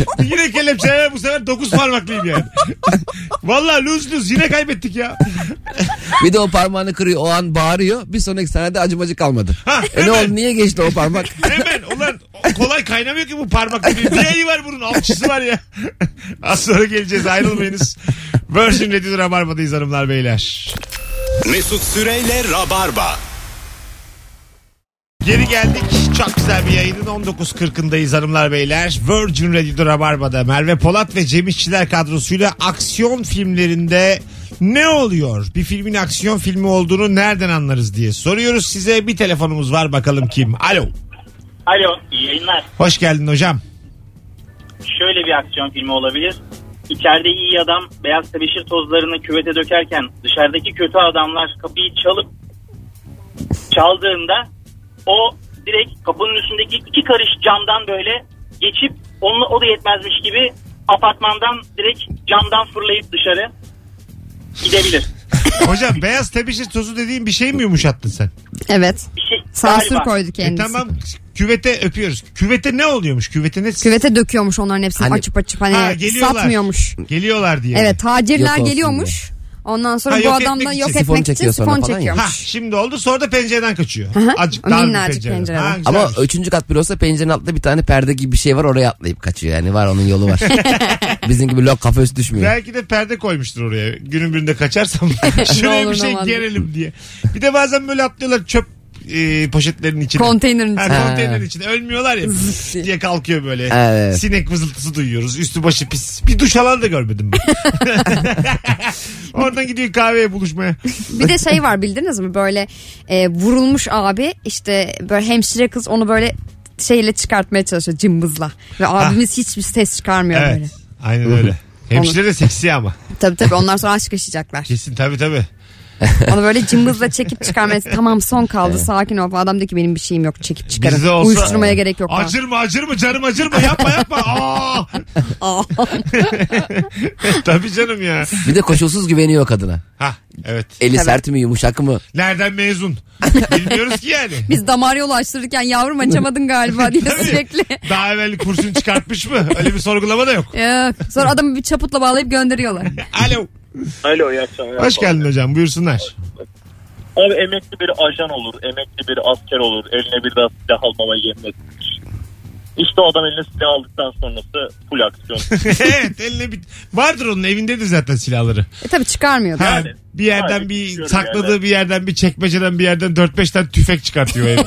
Speaker 2: yine kelepçeye bu sefer dokuz parmaklıyım yani. Valla luz luz yine kaybettik ya.
Speaker 4: Bir de o parmağını kırıyor o an bağırıyor. Bir sonraki sahnede acımacı kalmadı.
Speaker 2: Ha,
Speaker 4: e ne
Speaker 2: hemen.
Speaker 4: oldu niye geçti o parmak?
Speaker 2: Hemen ulan o- kolay kaynamıyor ki bu parmak gibi. Bir ayı var bunun alçısı var ya. Az sonra geleceğiz ayrılmayınız. Virgin Radio Rabarba'dayız hanımlar beyler.
Speaker 1: Mesut Süreyle Rabarba.
Speaker 2: Geri geldik. Çok güzel bir yayının 19.40'ındayız hanımlar beyler. Virgin Radio Rabarba'da Merve Polat ve Cem İşçiler kadrosuyla aksiyon filmlerinde ne oluyor? Bir filmin aksiyon filmi olduğunu nereden anlarız diye soruyoruz size. Bir telefonumuz var bakalım kim? Alo.
Speaker 11: Alo iyi yayınlar.
Speaker 2: Hoş geldin hocam.
Speaker 11: Şöyle bir aksiyon filmi olabilir. İçeride iyi adam beyaz tebeşir tozlarını küvete dökerken dışarıdaki kötü adamlar kapıyı çalıp çaldığında o direkt kapının üstündeki iki karış camdan böyle geçip onu o da yetmezmiş gibi apartmandan direkt camdan fırlayıp dışarı gidebilir.
Speaker 2: Hocam beyaz tebeşir tozu dediğin bir şey mi yumuşattın sen?
Speaker 3: Evet.
Speaker 11: Bir şey
Speaker 3: Sansür
Speaker 11: galiba.
Speaker 3: koydu
Speaker 2: E
Speaker 3: kendisi.
Speaker 2: tamam küvete öpüyoruz. Küvete ne oluyormuş? Küvete ne?
Speaker 3: Küvete döküyormuş onların hepsini
Speaker 4: Hani-
Speaker 3: açıp açıp hani
Speaker 2: Ha, geliyorlar.
Speaker 3: satmıyormuş.
Speaker 2: Geliyorlar diye.
Speaker 3: Evet
Speaker 4: Yok
Speaker 3: tacirler
Speaker 4: olsun
Speaker 3: geliyormuş. Ondan sonra
Speaker 2: Ha,
Speaker 3: bu
Speaker 2: yok
Speaker 3: adam
Speaker 2: etmek
Speaker 3: da
Speaker 2: için.
Speaker 3: yok
Speaker 4: Sifon
Speaker 3: etmek için
Speaker 4: çekiyor sonra
Speaker 3: sifon
Speaker 4: falan ya.
Speaker 3: çekiyormuş.
Speaker 2: Ha şimdi oldu sonra da pencereden kaçıyor.
Speaker 3: hı.
Speaker 2: Azıcık dar bir
Speaker 3: Minnacık
Speaker 2: pencereden.
Speaker 3: pencereden.
Speaker 2: Ha, güzelmiş.
Speaker 4: Ama üçüncü kat bir olsa pencerenin altında bir tane perde gibi bir şey var oraya atlayıp kaçıyor yani var onun yolu var. Bizim gibi lok kafa üstü düşmüyor.
Speaker 2: Belki de perde koymuştur oraya. Günün birinde kaçarsam
Speaker 3: Ne
Speaker 2: şuraya
Speaker 3: olur
Speaker 2: bir şey
Speaker 3: ne olmaz.
Speaker 2: gerelim diye. Bir de bazen böyle atlıyorlar çöp e, poşetlerinin içine.
Speaker 3: Konteynerin
Speaker 2: Ha,
Speaker 3: içine.
Speaker 2: konteynerin içine. Ölmüyorlar ya.
Speaker 3: Zıt diye.
Speaker 2: diye kalkıyor böyle.
Speaker 4: Evet.
Speaker 2: Sinek vızıltısı duyuyoruz. Üstü başı pis. Bir duş alan da görmedim ben. Oradan gidiyor kahveye buluşmaya.
Speaker 3: Bir de şey var bildiniz mi böyle e, vurulmuş abi işte böyle hemşire kız onu böyle şeyle çıkartmaya çalışıyor cımbızla. Ve abimiz hiçbir ses çıkarmıyor
Speaker 2: Evet.
Speaker 3: böyle.
Speaker 2: Aynen öyle. Hemşire de seksi ama.
Speaker 3: Tabii tabii ondan sonra aşk yaşayacaklar.
Speaker 2: Kesin tabii tabii.
Speaker 3: Onu böyle cımbızla çekip çıkarmaya tamam son kaldı sakin ol. Adam diyor ki benim bir şeyim yok çekip çıkarın.
Speaker 2: Bizde olsa-
Speaker 3: Uyuşturmaya gerek yok. falan.
Speaker 2: Acır mı acır mı canım acır mı yapma yapma. Aa!
Speaker 3: Aa.
Speaker 2: tabii canım ya.
Speaker 4: Bir de koşulsuz güveniyor kadına.
Speaker 2: Ha evet.
Speaker 4: Eli
Speaker 3: Evet.
Speaker 4: sert mi yumuşak mı?
Speaker 2: Nereden mezun? Bilmiyoruz ki yani.
Speaker 3: Biz damar yolu açtırırken yavrum açamadın galiba diye
Speaker 2: Tabii.
Speaker 3: sürekli.
Speaker 2: Daha evvel kursunu çıkartmış mı? Öyle bir sorgulama da yok.
Speaker 3: Yok. Sonra adamı bir çaputla bağlayıp gönderiyorlar.
Speaker 2: Alo.
Speaker 12: Alo iyi akşamlar.
Speaker 2: Hoş geldin hocam buyursunlar.
Speaker 12: Abi emekli bir ajan olur, emekli bir asker olur. Eline bir daha silah almama yemin etmiş. İşte o adam eline silah aldıktan sonrası full aksiyon.
Speaker 2: evet eline bir... Vardır onun evindedir zaten silahları.
Speaker 3: E tabi çıkarmıyor. da.
Speaker 2: Ha, bir yerden
Speaker 12: Hayır,
Speaker 2: bir
Speaker 12: biliyorum
Speaker 2: sakladığı
Speaker 12: yani.
Speaker 2: bir yerden bir çekmeceden bir yerden 4-5 tane tüfek çıkartıyor evde.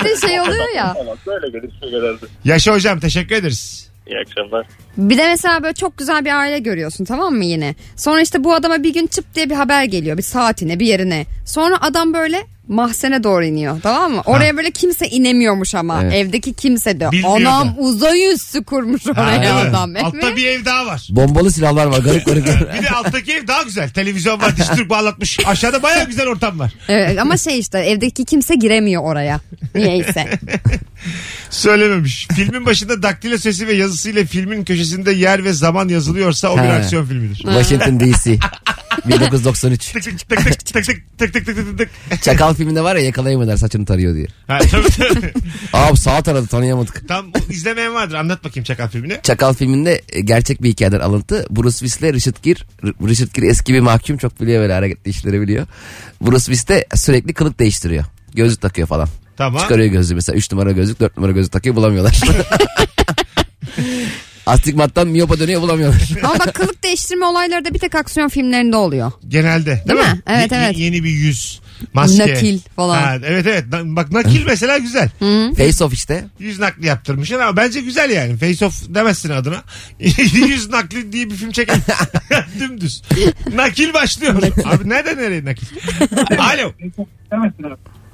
Speaker 3: Bir de şey oluyor ya.
Speaker 12: Tamam böyle gelir şey gelirdi.
Speaker 2: Yaşa hocam teşekkür ederiz.
Speaker 12: İyi akşamlar.
Speaker 3: Bir de mesela böyle çok güzel bir aile görüyorsun tamam mı yine? Sonra işte bu adama bir gün çıp diye bir haber geliyor bir saatine bir yerine. Sonra adam böyle mahzene doğru iniyor tamam mı? Oraya böyle kimse inemiyormuş ama
Speaker 4: Evet.
Speaker 3: evdeki kimse de.
Speaker 2: Bilmiyor
Speaker 3: Anam
Speaker 2: da.
Speaker 3: uzay üssü kurmuş oraya
Speaker 2: Ha, evet.
Speaker 3: adam.
Speaker 2: Altta
Speaker 3: Evet.
Speaker 2: bir ev daha var.
Speaker 4: Bombalı silahlar var garip garip.
Speaker 2: Bir de alttaki ev daha güzel. Televizyon var, diş Türk bağlatmış. Aşağıda baya güzel ortam var.
Speaker 3: Evet, ama şey işte evdeki kimse giremiyor oraya. Niyeyse.
Speaker 2: Söylememiş. Filmin başında daktilo sesi ve yazısıyla filmin köşesinde yer ve zaman yazılıyorsa o bir
Speaker 4: Ha.
Speaker 2: aksiyon filmidir.
Speaker 4: Washington DC. 1993.
Speaker 2: Tık tık tık tık tık tık tık tık tık tık tık.
Speaker 4: Çakal filminde var ya yakalayamadılar saçını tarıyor diye.
Speaker 2: Ha, tabii, tabii.
Speaker 4: Abi sağ taradı tanıyamadık.
Speaker 2: Tam izlemeyen vardır. Anlat bakayım Çakal filmini.
Speaker 4: Çakal filminde e, gerçek bir hikayeden alıntı. Bruce Willis'le Richard Gere. R- Richard Gere eski bir mahkum çok biliyor böyle hareketli işleri biliyor. Bruce Willis de sürekli kılık değiştiriyor. Gözlük takıyor falan.
Speaker 2: Tamam.
Speaker 4: Çıkarıyor gözlüğü mesela 3 numara gözlük 4 numara gözlük takıyor bulamıyorlar. Astigmattan miyopa dönüyor bulamıyorlar.
Speaker 3: ama bak kılık değiştirme olayları da bir tek aksiyon filmlerinde oluyor.
Speaker 2: Genelde. Değil,
Speaker 3: Değil
Speaker 2: mi?
Speaker 3: mi? Evet,
Speaker 2: Ye- ye-
Speaker 3: evet.
Speaker 2: Yeni bir yüz. Maske.
Speaker 3: Nakil falan.
Speaker 2: Ha, evet evet. Na- Bak nakil mesela güzel.
Speaker 4: Face off işte.
Speaker 2: Yüz nakli yaptırmışsın ama bence güzel yani. Face off demezsin adına. yüz nakli diye bir film çeken. Dümdüz. Nakil başlıyor. Abi nereden nereye nakil? Alo.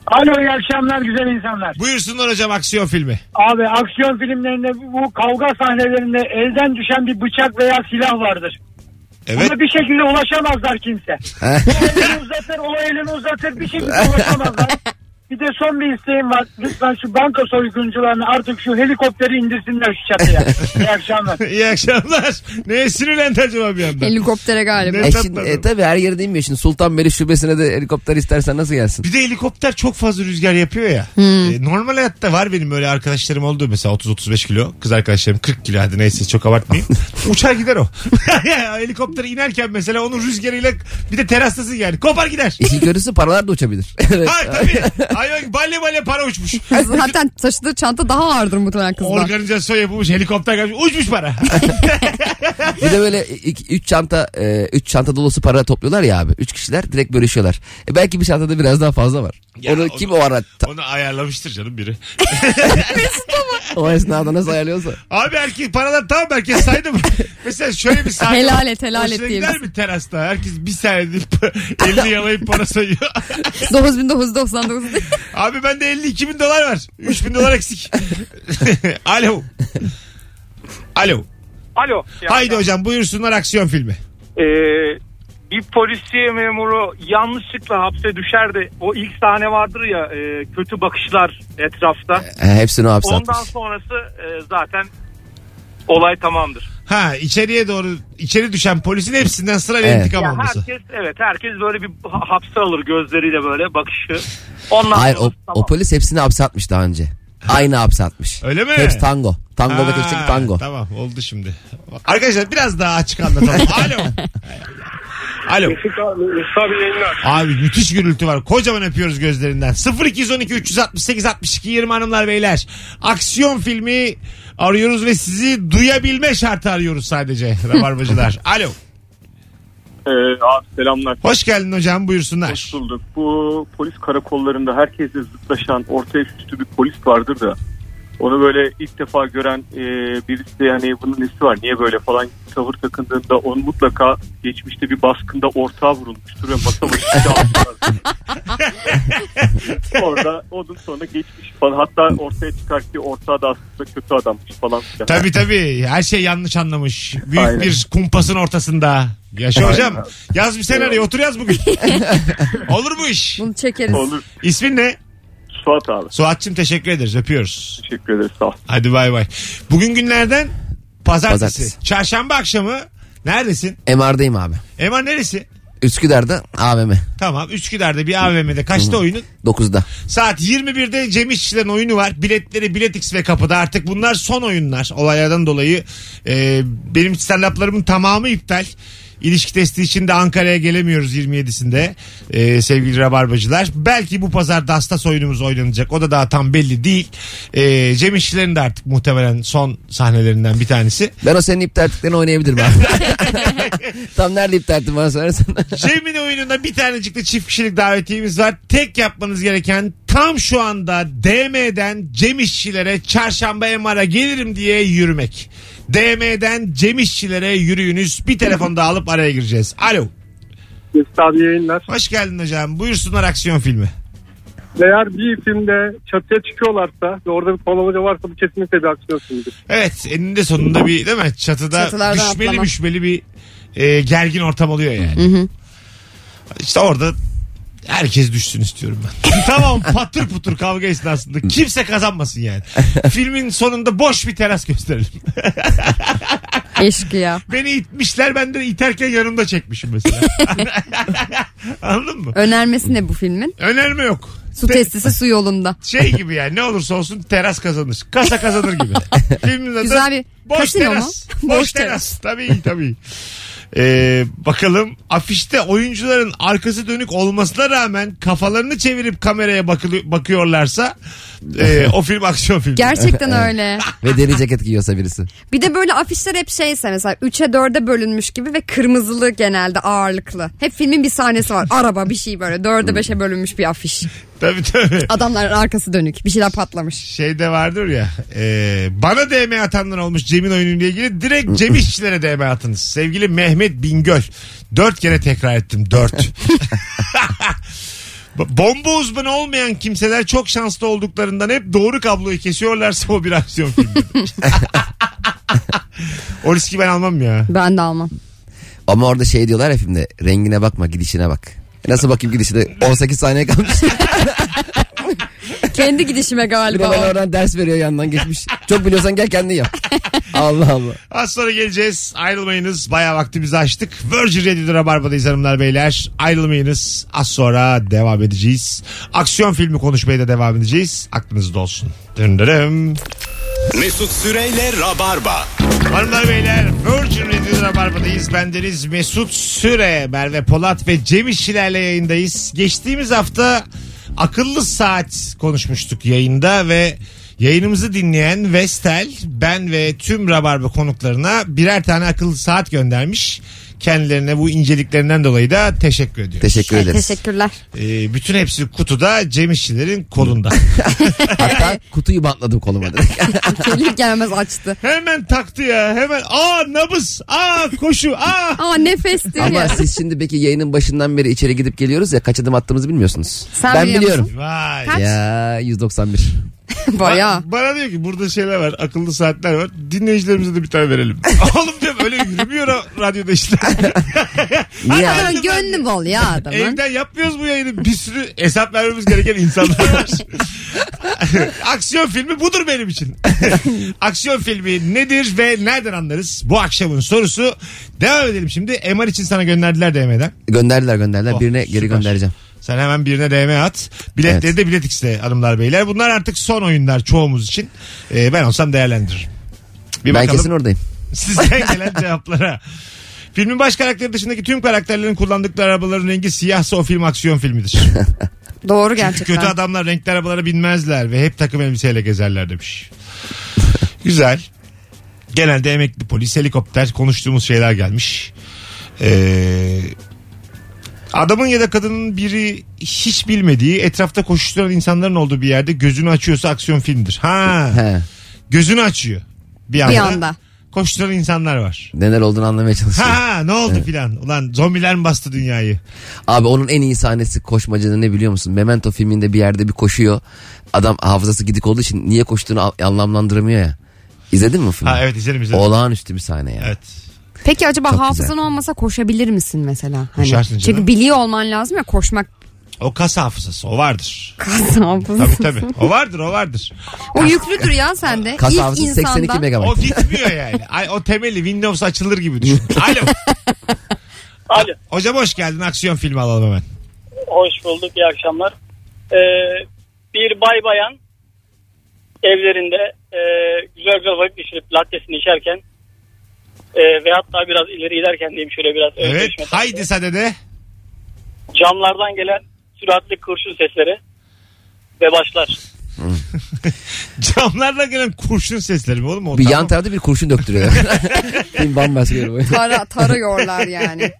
Speaker 7: Alo iyi akşamlar güzel insanlar.
Speaker 2: Buyursunlar hocam aksiyon filmi.
Speaker 7: Abi aksiyon filmlerinde bu kavga sahnelerinde elden düşen bir bıçak veya silah vardır.
Speaker 2: Evet.
Speaker 7: Buna bir şekilde ulaşamazlar kimse. o elini uzatır, o elini uzatır bir şekilde ulaşamazlar. Bir de son bir isteğim var. Lütfen şu banka soyguncularını artık şu helikopteri indirsinler şu çatıya. İyi akşamlar.
Speaker 2: İyi akşamlar. Neye sinirlendi acaba bir anda?
Speaker 3: Helikoptere galiba.
Speaker 2: Ne-
Speaker 4: E,
Speaker 2: Tatlı
Speaker 4: şimdi,
Speaker 2: adam.
Speaker 4: e, tabii her yerde inmiyor. Şimdi Sultanbeyli şubesine de helikopter istersen nasıl gelsin?
Speaker 2: Bir de helikopter çok fazla rüzgar yapıyor ya. E, normal hayatta var benim öyle arkadaşlarım oldu mesela 30-35 kilo. Kız arkadaşlarım 40 kilo hadi neyse çok abartmayayım. Uçar gider o. Helikopter inerken mesela onun rüzgarıyla bir de terastası yani kopar gider.
Speaker 4: İşin kötüsü paralar da uçabilir. Evet.
Speaker 2: Hayır tabii. Hayvan balya balya para uçmuş.
Speaker 3: Zaten taşıdığı çanta daha ağırdır muhtemelen kızdan.
Speaker 2: Organizasyon yapılmış helikopter gelmiş uçmuş para.
Speaker 4: Bir de böyle 3 çanta 3 çanta dolusu para topluyorlar ya abi. 3 kişiler direkt bölüşüyorlar. E belki bir çantada biraz daha fazla var.
Speaker 2: Ya
Speaker 4: onu,
Speaker 2: onu-
Speaker 4: kim o ara ta-
Speaker 2: Onu ayarlamıştır canım biri.
Speaker 4: o esnada nasıl ayarlıyorsa.
Speaker 2: Abi herkes paralar tamam herkes saydı mı? Mesela şöyle bir sahne.
Speaker 3: Helal
Speaker 2: var.
Speaker 3: et, helal
Speaker 2: Hoşuna
Speaker 3: et
Speaker 2: gider
Speaker 3: diyelim.
Speaker 2: mi terasta? Herkes bir senedir elini yalayıp para sayıyor.
Speaker 3: 9999 değil.
Speaker 2: Abi bende 52 bin dolar var. 3 bin dolar eksik. Alo. Alo.
Speaker 13: Alo.
Speaker 2: Haydi hocam buyursunlar aksiyon filmi.
Speaker 13: Ee, bir polisiye memuru yanlışlıkla hapse düşer de o ilk sahne vardır ya e, kötü bakışlar etrafta.
Speaker 4: E, hepsini o hapse
Speaker 13: Ondan
Speaker 4: atmış.
Speaker 13: sonrası e, zaten olay tamamdır.
Speaker 2: Ha içeriye doğru içeri düşen polisin hepsinden sırayla
Speaker 4: Evet.
Speaker 2: intikam
Speaker 13: Ya
Speaker 2: alması.
Speaker 13: herkes evet herkes böyle bir ha- hapse alır gözleriyle böyle bakışı. Ondan
Speaker 4: Hayır o,
Speaker 13: sonrası tamam.
Speaker 4: o polis hepsini hapse atmış daha önce. Aynı hapse atmış.
Speaker 2: Öyle mi?
Speaker 4: Hepsi tango. Tango
Speaker 2: Ha,
Speaker 4: ve hepsi tango.
Speaker 2: Tamam oldu şimdi. Arkadaşlar biraz daha açık anlatalım. Alo. Alo. Abi müthiş gürültü var. Kocaman öpüyoruz gözlerinden. 0212 368 62 20 hanımlar beyler. Aksiyon filmi arıyoruz ve sizi duyabilme şartı arıyoruz sadece. Rabarbacılar. Alo.
Speaker 12: Ee, abi selamlar.
Speaker 2: Hoş geldin hocam buyursunlar.
Speaker 12: Hoş bulduk. Bu polis karakollarında herkesle zıtlaşan ortaya üstü bir polis vardır da
Speaker 9: Onu böyle ilk defa gören e, birisi de yani bunun nesi var niye böyle falan tavır takındığında onu mutlaka geçmişte bir baskında ortağa vurulmuştur ve masa başı Orada onun sonra geçmiş falan hatta ortaya çıkar ki ortağı da aslında kötü adammış falan. filan.
Speaker 2: Tabii tabii her şey yanlış anlamış. Büyük
Speaker 9: Aynen.
Speaker 2: bir kumpasın ortasında. Yaşa
Speaker 9: Aynen.
Speaker 2: hocam. Yaz bir senaryo otur yaz bugün. Olur mu iş?
Speaker 3: Bunu çekeriz.
Speaker 2: İsmin ne?
Speaker 9: Suat abi.
Speaker 2: Suat'cığım teşekkür ederiz öpüyoruz.
Speaker 9: Teşekkür ederiz sağ ol.
Speaker 2: Hadi bay bay. Bugün günlerden pazartesi.
Speaker 4: Pazartesi.
Speaker 2: Çarşamba akşamı neredesin?
Speaker 4: MR'dayım abi.
Speaker 2: Eman neresi?
Speaker 4: Üsküdar'da AVM.
Speaker 2: Tamam Üsküdar'da bir AVM'de kaçta oyunun?
Speaker 4: 9'da.
Speaker 2: Saat 21'de Cem İşçilerin oyunu var. Biletleri Biletix ve kapıda artık bunlar son oyunlar. Olaylardan dolayı e, benim stand-up'larımın tamamı iptal. İlişki testi için de Ankara'ya gelemiyoruz 27'sinde e, sevgili rabarbacılar. Belki bu pazar Dastas oyunumuz oynanacak. O da daha tam belli değil. E, Cem İşçilerin de artık muhtemelen son sahnelerinden bir tanesi.
Speaker 4: Ben o senin iptal ettiklerini oynayabilirim abi. Tam nerede iptal ettin bana sorarsan.
Speaker 2: Cem'in oyununda bir tanecik de çift kişilik davetiyemiz var. Tek yapmanız gereken tam şu anda DM'den Cem işçilere çarşamba MR'a gelirim diye yürümek. DM'den Cem işçilere yürüyünüz. Bir telefon daha alıp araya gireceğiz. Alo.
Speaker 14: Mesut abi yayınlar.
Speaker 2: Hoş geldin hocam. Buyursunlar aksiyon filmi.
Speaker 14: Eğer bir filmde çatıya çıkıyorlarsa ve orada bir kovalamaca varsa bu kesinlikle bir aksiyon filmidir.
Speaker 2: Evet eninde sonunda bir değil mi? Çatıda
Speaker 14: Çatılardan
Speaker 2: düşmeli
Speaker 14: atlama.
Speaker 2: düşmeli bir e, gergin ortam oluyor yani. İşte orada herkes düşsün istiyorum ben. tamam patır putur kavga esnasında kimse kazanmasın yani. Filmin sonunda boş bir teras gösterelim.
Speaker 3: Eşkıya.
Speaker 2: Beni itmişler ben de iterken yanımda çekmişim mesela. Anladın mı?
Speaker 3: Önermesi ne bu filmin?
Speaker 2: Önerme yok.
Speaker 3: Su testisi su yolunda.
Speaker 2: Şey gibi yani ne olursa olsun teras kazanır. Kasa kazanır gibi. Filmin adı
Speaker 3: Güzel bir
Speaker 2: Boş
Speaker 3: kasino mu?
Speaker 2: teras. Boş,
Speaker 3: Boş
Speaker 2: teras. Tabii tabii. Ee, bakalım afişte oyuncuların arkası dönük olmasına rağmen kafalarını çevirip kameraya bakılı- bakıyorlarsa e, o film aksiyon filmi.
Speaker 3: Gerçekten öyle.
Speaker 4: Ve deri ceket giyiyorsa birisi.
Speaker 3: Bir de böyle afişler hep şeyse mesela 3'e 4'e bölünmüş gibi ve kırmızılı genelde ağırlıklı. Hep filmin bir sahnesi var. Araba bir şey böyle 4'e 5'e bölünmüş bir afiş.
Speaker 2: Tabii tabii.
Speaker 3: Adamların arkası dönük. Bir şeyler patlamış.
Speaker 2: Şeyde şey vardır ya e, bana DM atanlar olmuş Cem'in oyunuyla ilgili direkt Cem işçilere DM atınız. Sevgili Mehmet Bingöl. Dört kere tekrar ettim dört. B- Bomba uzmanı olmayan kimseler çok şanslı olduklarından hep doğru kabloyu kesiyorlarsa o bir aksiyon filmi. o riski ben almam ya.
Speaker 3: Ben de almam.
Speaker 4: Ama orada şey diyorlar ya filmde rengine bakma gidişine bak. E Nasıl bakayım gidişine? 18 saniye kalmış.
Speaker 3: Kendi gidişime
Speaker 4: Bir de
Speaker 3: galiba.
Speaker 4: bana oradan ders veriyor yandan geçmiş. Çok biliyorsan gel kendin yap. Allah Allah.
Speaker 2: Az sonra geleceğiz. Ayrılmayınız. Bayağı vaktimizi açtık. Virgin Radio'da Rabarba'dayız hanımlar beyler. Ayrılmayınız. Az sonra devam edeceğiz. Aksiyon filmi konuşmaya da devam edeceğiz. Aklınızda olsun. Döndürüm.
Speaker 1: Mesut Süreyle Rabarba.
Speaker 2: Hanımlar beyler Virgin Radio'da Rabarba'dayız. Bendeniz Mesut Süre, Merve Polat ve Cem İşçilerle yayındayız. Geçtiğimiz hafta akıllı saat konuşmuştuk yayında ve yayınımızı dinleyen Vestel, ben ve tüm Rabarba konuklarına birer tane akıllı saat göndermiş. Kendilerine bu inceliklerinden dolayı da teşekkür ediyoruz.
Speaker 4: Teşekkür ederiz.
Speaker 3: Teşekkürler.
Speaker 2: Ee, bütün hepsi kutuda Cem İşçilerin kolunda.
Speaker 4: Hatta kutuyu bantladım koluma direkt.
Speaker 3: Gelir gelmez açtı.
Speaker 2: Hemen taktı ya hemen. Aa nabız, aa koşu, aa.
Speaker 3: Aa nefes diyor
Speaker 4: Ama
Speaker 3: ya.
Speaker 4: siz şimdi peki yayının başından beri içeri gidip geliyoruz ya kaç adım attığımızı bilmiyorsunuz.
Speaker 3: Sen
Speaker 4: ben
Speaker 3: biliyor
Speaker 4: biliyorum.
Speaker 2: Vay.
Speaker 4: Ya 191.
Speaker 3: Bayağı.
Speaker 2: Ba- Bana diyor ki burada şeyler var akıllı saatler var dinleyicilerimize de bir tane verelim. Oğlum diyorum öyle yürümüyor ra- radyoda işte.
Speaker 4: Niye?
Speaker 2: Hadi
Speaker 3: Adamın
Speaker 2: hadi ben-
Speaker 3: gönlü bol ya adamın.
Speaker 2: Evden yapmıyoruz bu yayını bir sürü hesap vermemiz gereken insanlar var. Aksiyon filmi budur benim için. Aksiyon filmi nedir ve nereden anlarız? Bu akşamın sorusu. Devam edelim şimdi. MR için sana gönderdiler DM'den.
Speaker 4: Gönderdiler gönderdiler.
Speaker 2: Oh,
Speaker 4: Birine geri
Speaker 2: süper.
Speaker 4: göndereceğim.
Speaker 2: Sen hemen birine DM at. Biletleri
Speaker 4: Evet.
Speaker 2: de Bilet X'te hanımlar beyler. Bunlar artık son oyunlar çoğumuz için. Ee, ben olsam değerlendiririm. Bir
Speaker 4: ben
Speaker 2: bakalım.
Speaker 4: kesin oradayım.
Speaker 2: Sizden gelen cevaplara. Filmin baş karakteri dışındaki tüm karakterlerin kullandıkları arabaların rengi siyahsa o film aksiyon filmidir.
Speaker 3: Doğru
Speaker 2: Çünkü
Speaker 3: gerçekten.
Speaker 2: kötü adamlar renkli arabalara binmezler ve hep takım elbiseyle gezerler demiş. Güzel. Genelde emekli polis, helikopter konuştuğumuz şeyler gelmiş. Ee, Adamın ya da kadının biri hiç bilmediği etrafta koşuşturan insanların olduğu bir yerde gözünü açıyorsa aksiyon filmdir. Ha. Gözünü açıyor. Bir anda.
Speaker 3: Bir anda.
Speaker 2: Koşturan insanlar var.
Speaker 4: Neler olduğunu anlamaya çalışıyorum.
Speaker 2: Ha ne oldu filan. Ulan zombiler mi bastı dünyayı?
Speaker 4: Abi onun en iyi sahnesi koşmacada ne biliyor musun? Memento filminde bir yerde bir koşuyor. Adam hafızası gidik olduğu için niye koştuğunu a- anlamlandıramıyor ya. İzledin mi o filmi?
Speaker 2: Ha, evet, izledim, izledim.
Speaker 4: Olağanüstü bir sahne ya.
Speaker 2: Evet.
Speaker 3: Peki acaba
Speaker 4: Çok
Speaker 3: hafızan
Speaker 4: güzel.
Speaker 3: olmasa koşabilir misin mesela? Hani
Speaker 2: Koşarsın canım.
Speaker 3: Çünkü biliyor olman lazım ya koşmak
Speaker 2: O kas hafızası o vardır.
Speaker 3: kas
Speaker 2: Tabii
Speaker 3: hafızası.
Speaker 2: tabii. O vardır o vardır.
Speaker 3: O yüklüdür ya sende.
Speaker 2: Kas
Speaker 3: İlk
Speaker 2: hafızası
Speaker 3: insandan.
Speaker 4: 82 megabayt.
Speaker 2: O gitmiyor yani. Ay, o temeli Windows açılır gibi düşün. Alo.
Speaker 15: Alo.
Speaker 2: Hocam hoş geldin. Aksiyon filmi alalım hemen.
Speaker 15: Hoş bulduk. iyi akşamlar. Ee, bir bay bayan evlerinde e, güzel güzel vakit geçirip lattesini içerken e, ve hatta biraz ileri giderken diyeyim şöyle biraz
Speaker 11: Ee,
Speaker 2: Evet.
Speaker 15: özdeşmeden.
Speaker 2: Haydi sade de.
Speaker 15: Camlardan gelen süratli kurşun sesleri ve başlar.
Speaker 2: Camlardan gelen kurşun sesleri mi oğlum? O
Speaker 4: Bir
Speaker 2: tamam.
Speaker 4: yan tarafta bir kurşun döktürüyor. Film bambaşka bir boyut.
Speaker 3: Tara, tarıyorlar yani.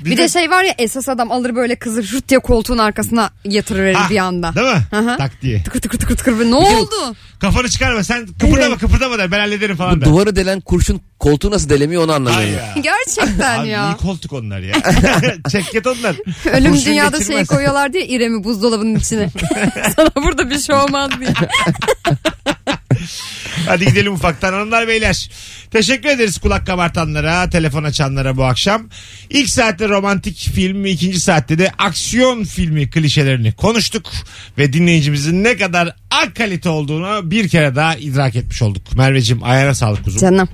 Speaker 3: bir, de, şey var ya esas adam alır böyle kızı şut diye koltuğun arkasına yatırır bir anda.
Speaker 2: Ah, Değil mi?
Speaker 3: Aha.
Speaker 2: Tak diye.
Speaker 3: Tıkır tıkır tıkır tıkır. Ne oldu?
Speaker 2: Kafanı çıkarma sen kıpırdama
Speaker 3: Ee,
Speaker 2: kıpırdama der ben hallederim falan
Speaker 4: Bu
Speaker 2: der.
Speaker 4: duvarı delen kurşun koltuğu nasıl delemiyor onu anlamıyorum. ya.
Speaker 3: Gerçekten
Speaker 2: Abi
Speaker 3: ya.
Speaker 2: iyi koltuk onlar ya. Çekket onlar.
Speaker 3: Ölüm
Speaker 2: Kurşun
Speaker 3: dünyada şey
Speaker 2: geçirmez.
Speaker 3: koyuyorlar diye İrem'i buzdolabının içine. Sana burada bir şey olmaz diye.
Speaker 2: Hadi gidelim ufaktan hanımlar beyler. Teşekkür ederiz kulak kabartanlara, telefon açanlara bu akşam. İlk saatte romantik film, ikinci saatte de aksiyon filmi klişelerini konuştuk. Ve dinleyicimizin ne kadar ak kalite olduğunu bir kere daha idrak etmiş olduk. Merveciğim ayağına sağlık kuzum.
Speaker 3: Canım.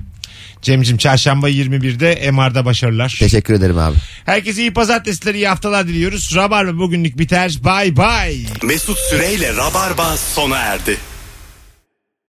Speaker 2: Cemcim çarşamba 21'de MR'da başarılar.
Speaker 4: Teşekkür ederim abi.
Speaker 2: Herkese iyi pazartesileri, iyi haftalar diliyoruz. Rabarba bugünlük biter. Bay bay.
Speaker 1: Mesut Süreyle Rabarba sona erdi.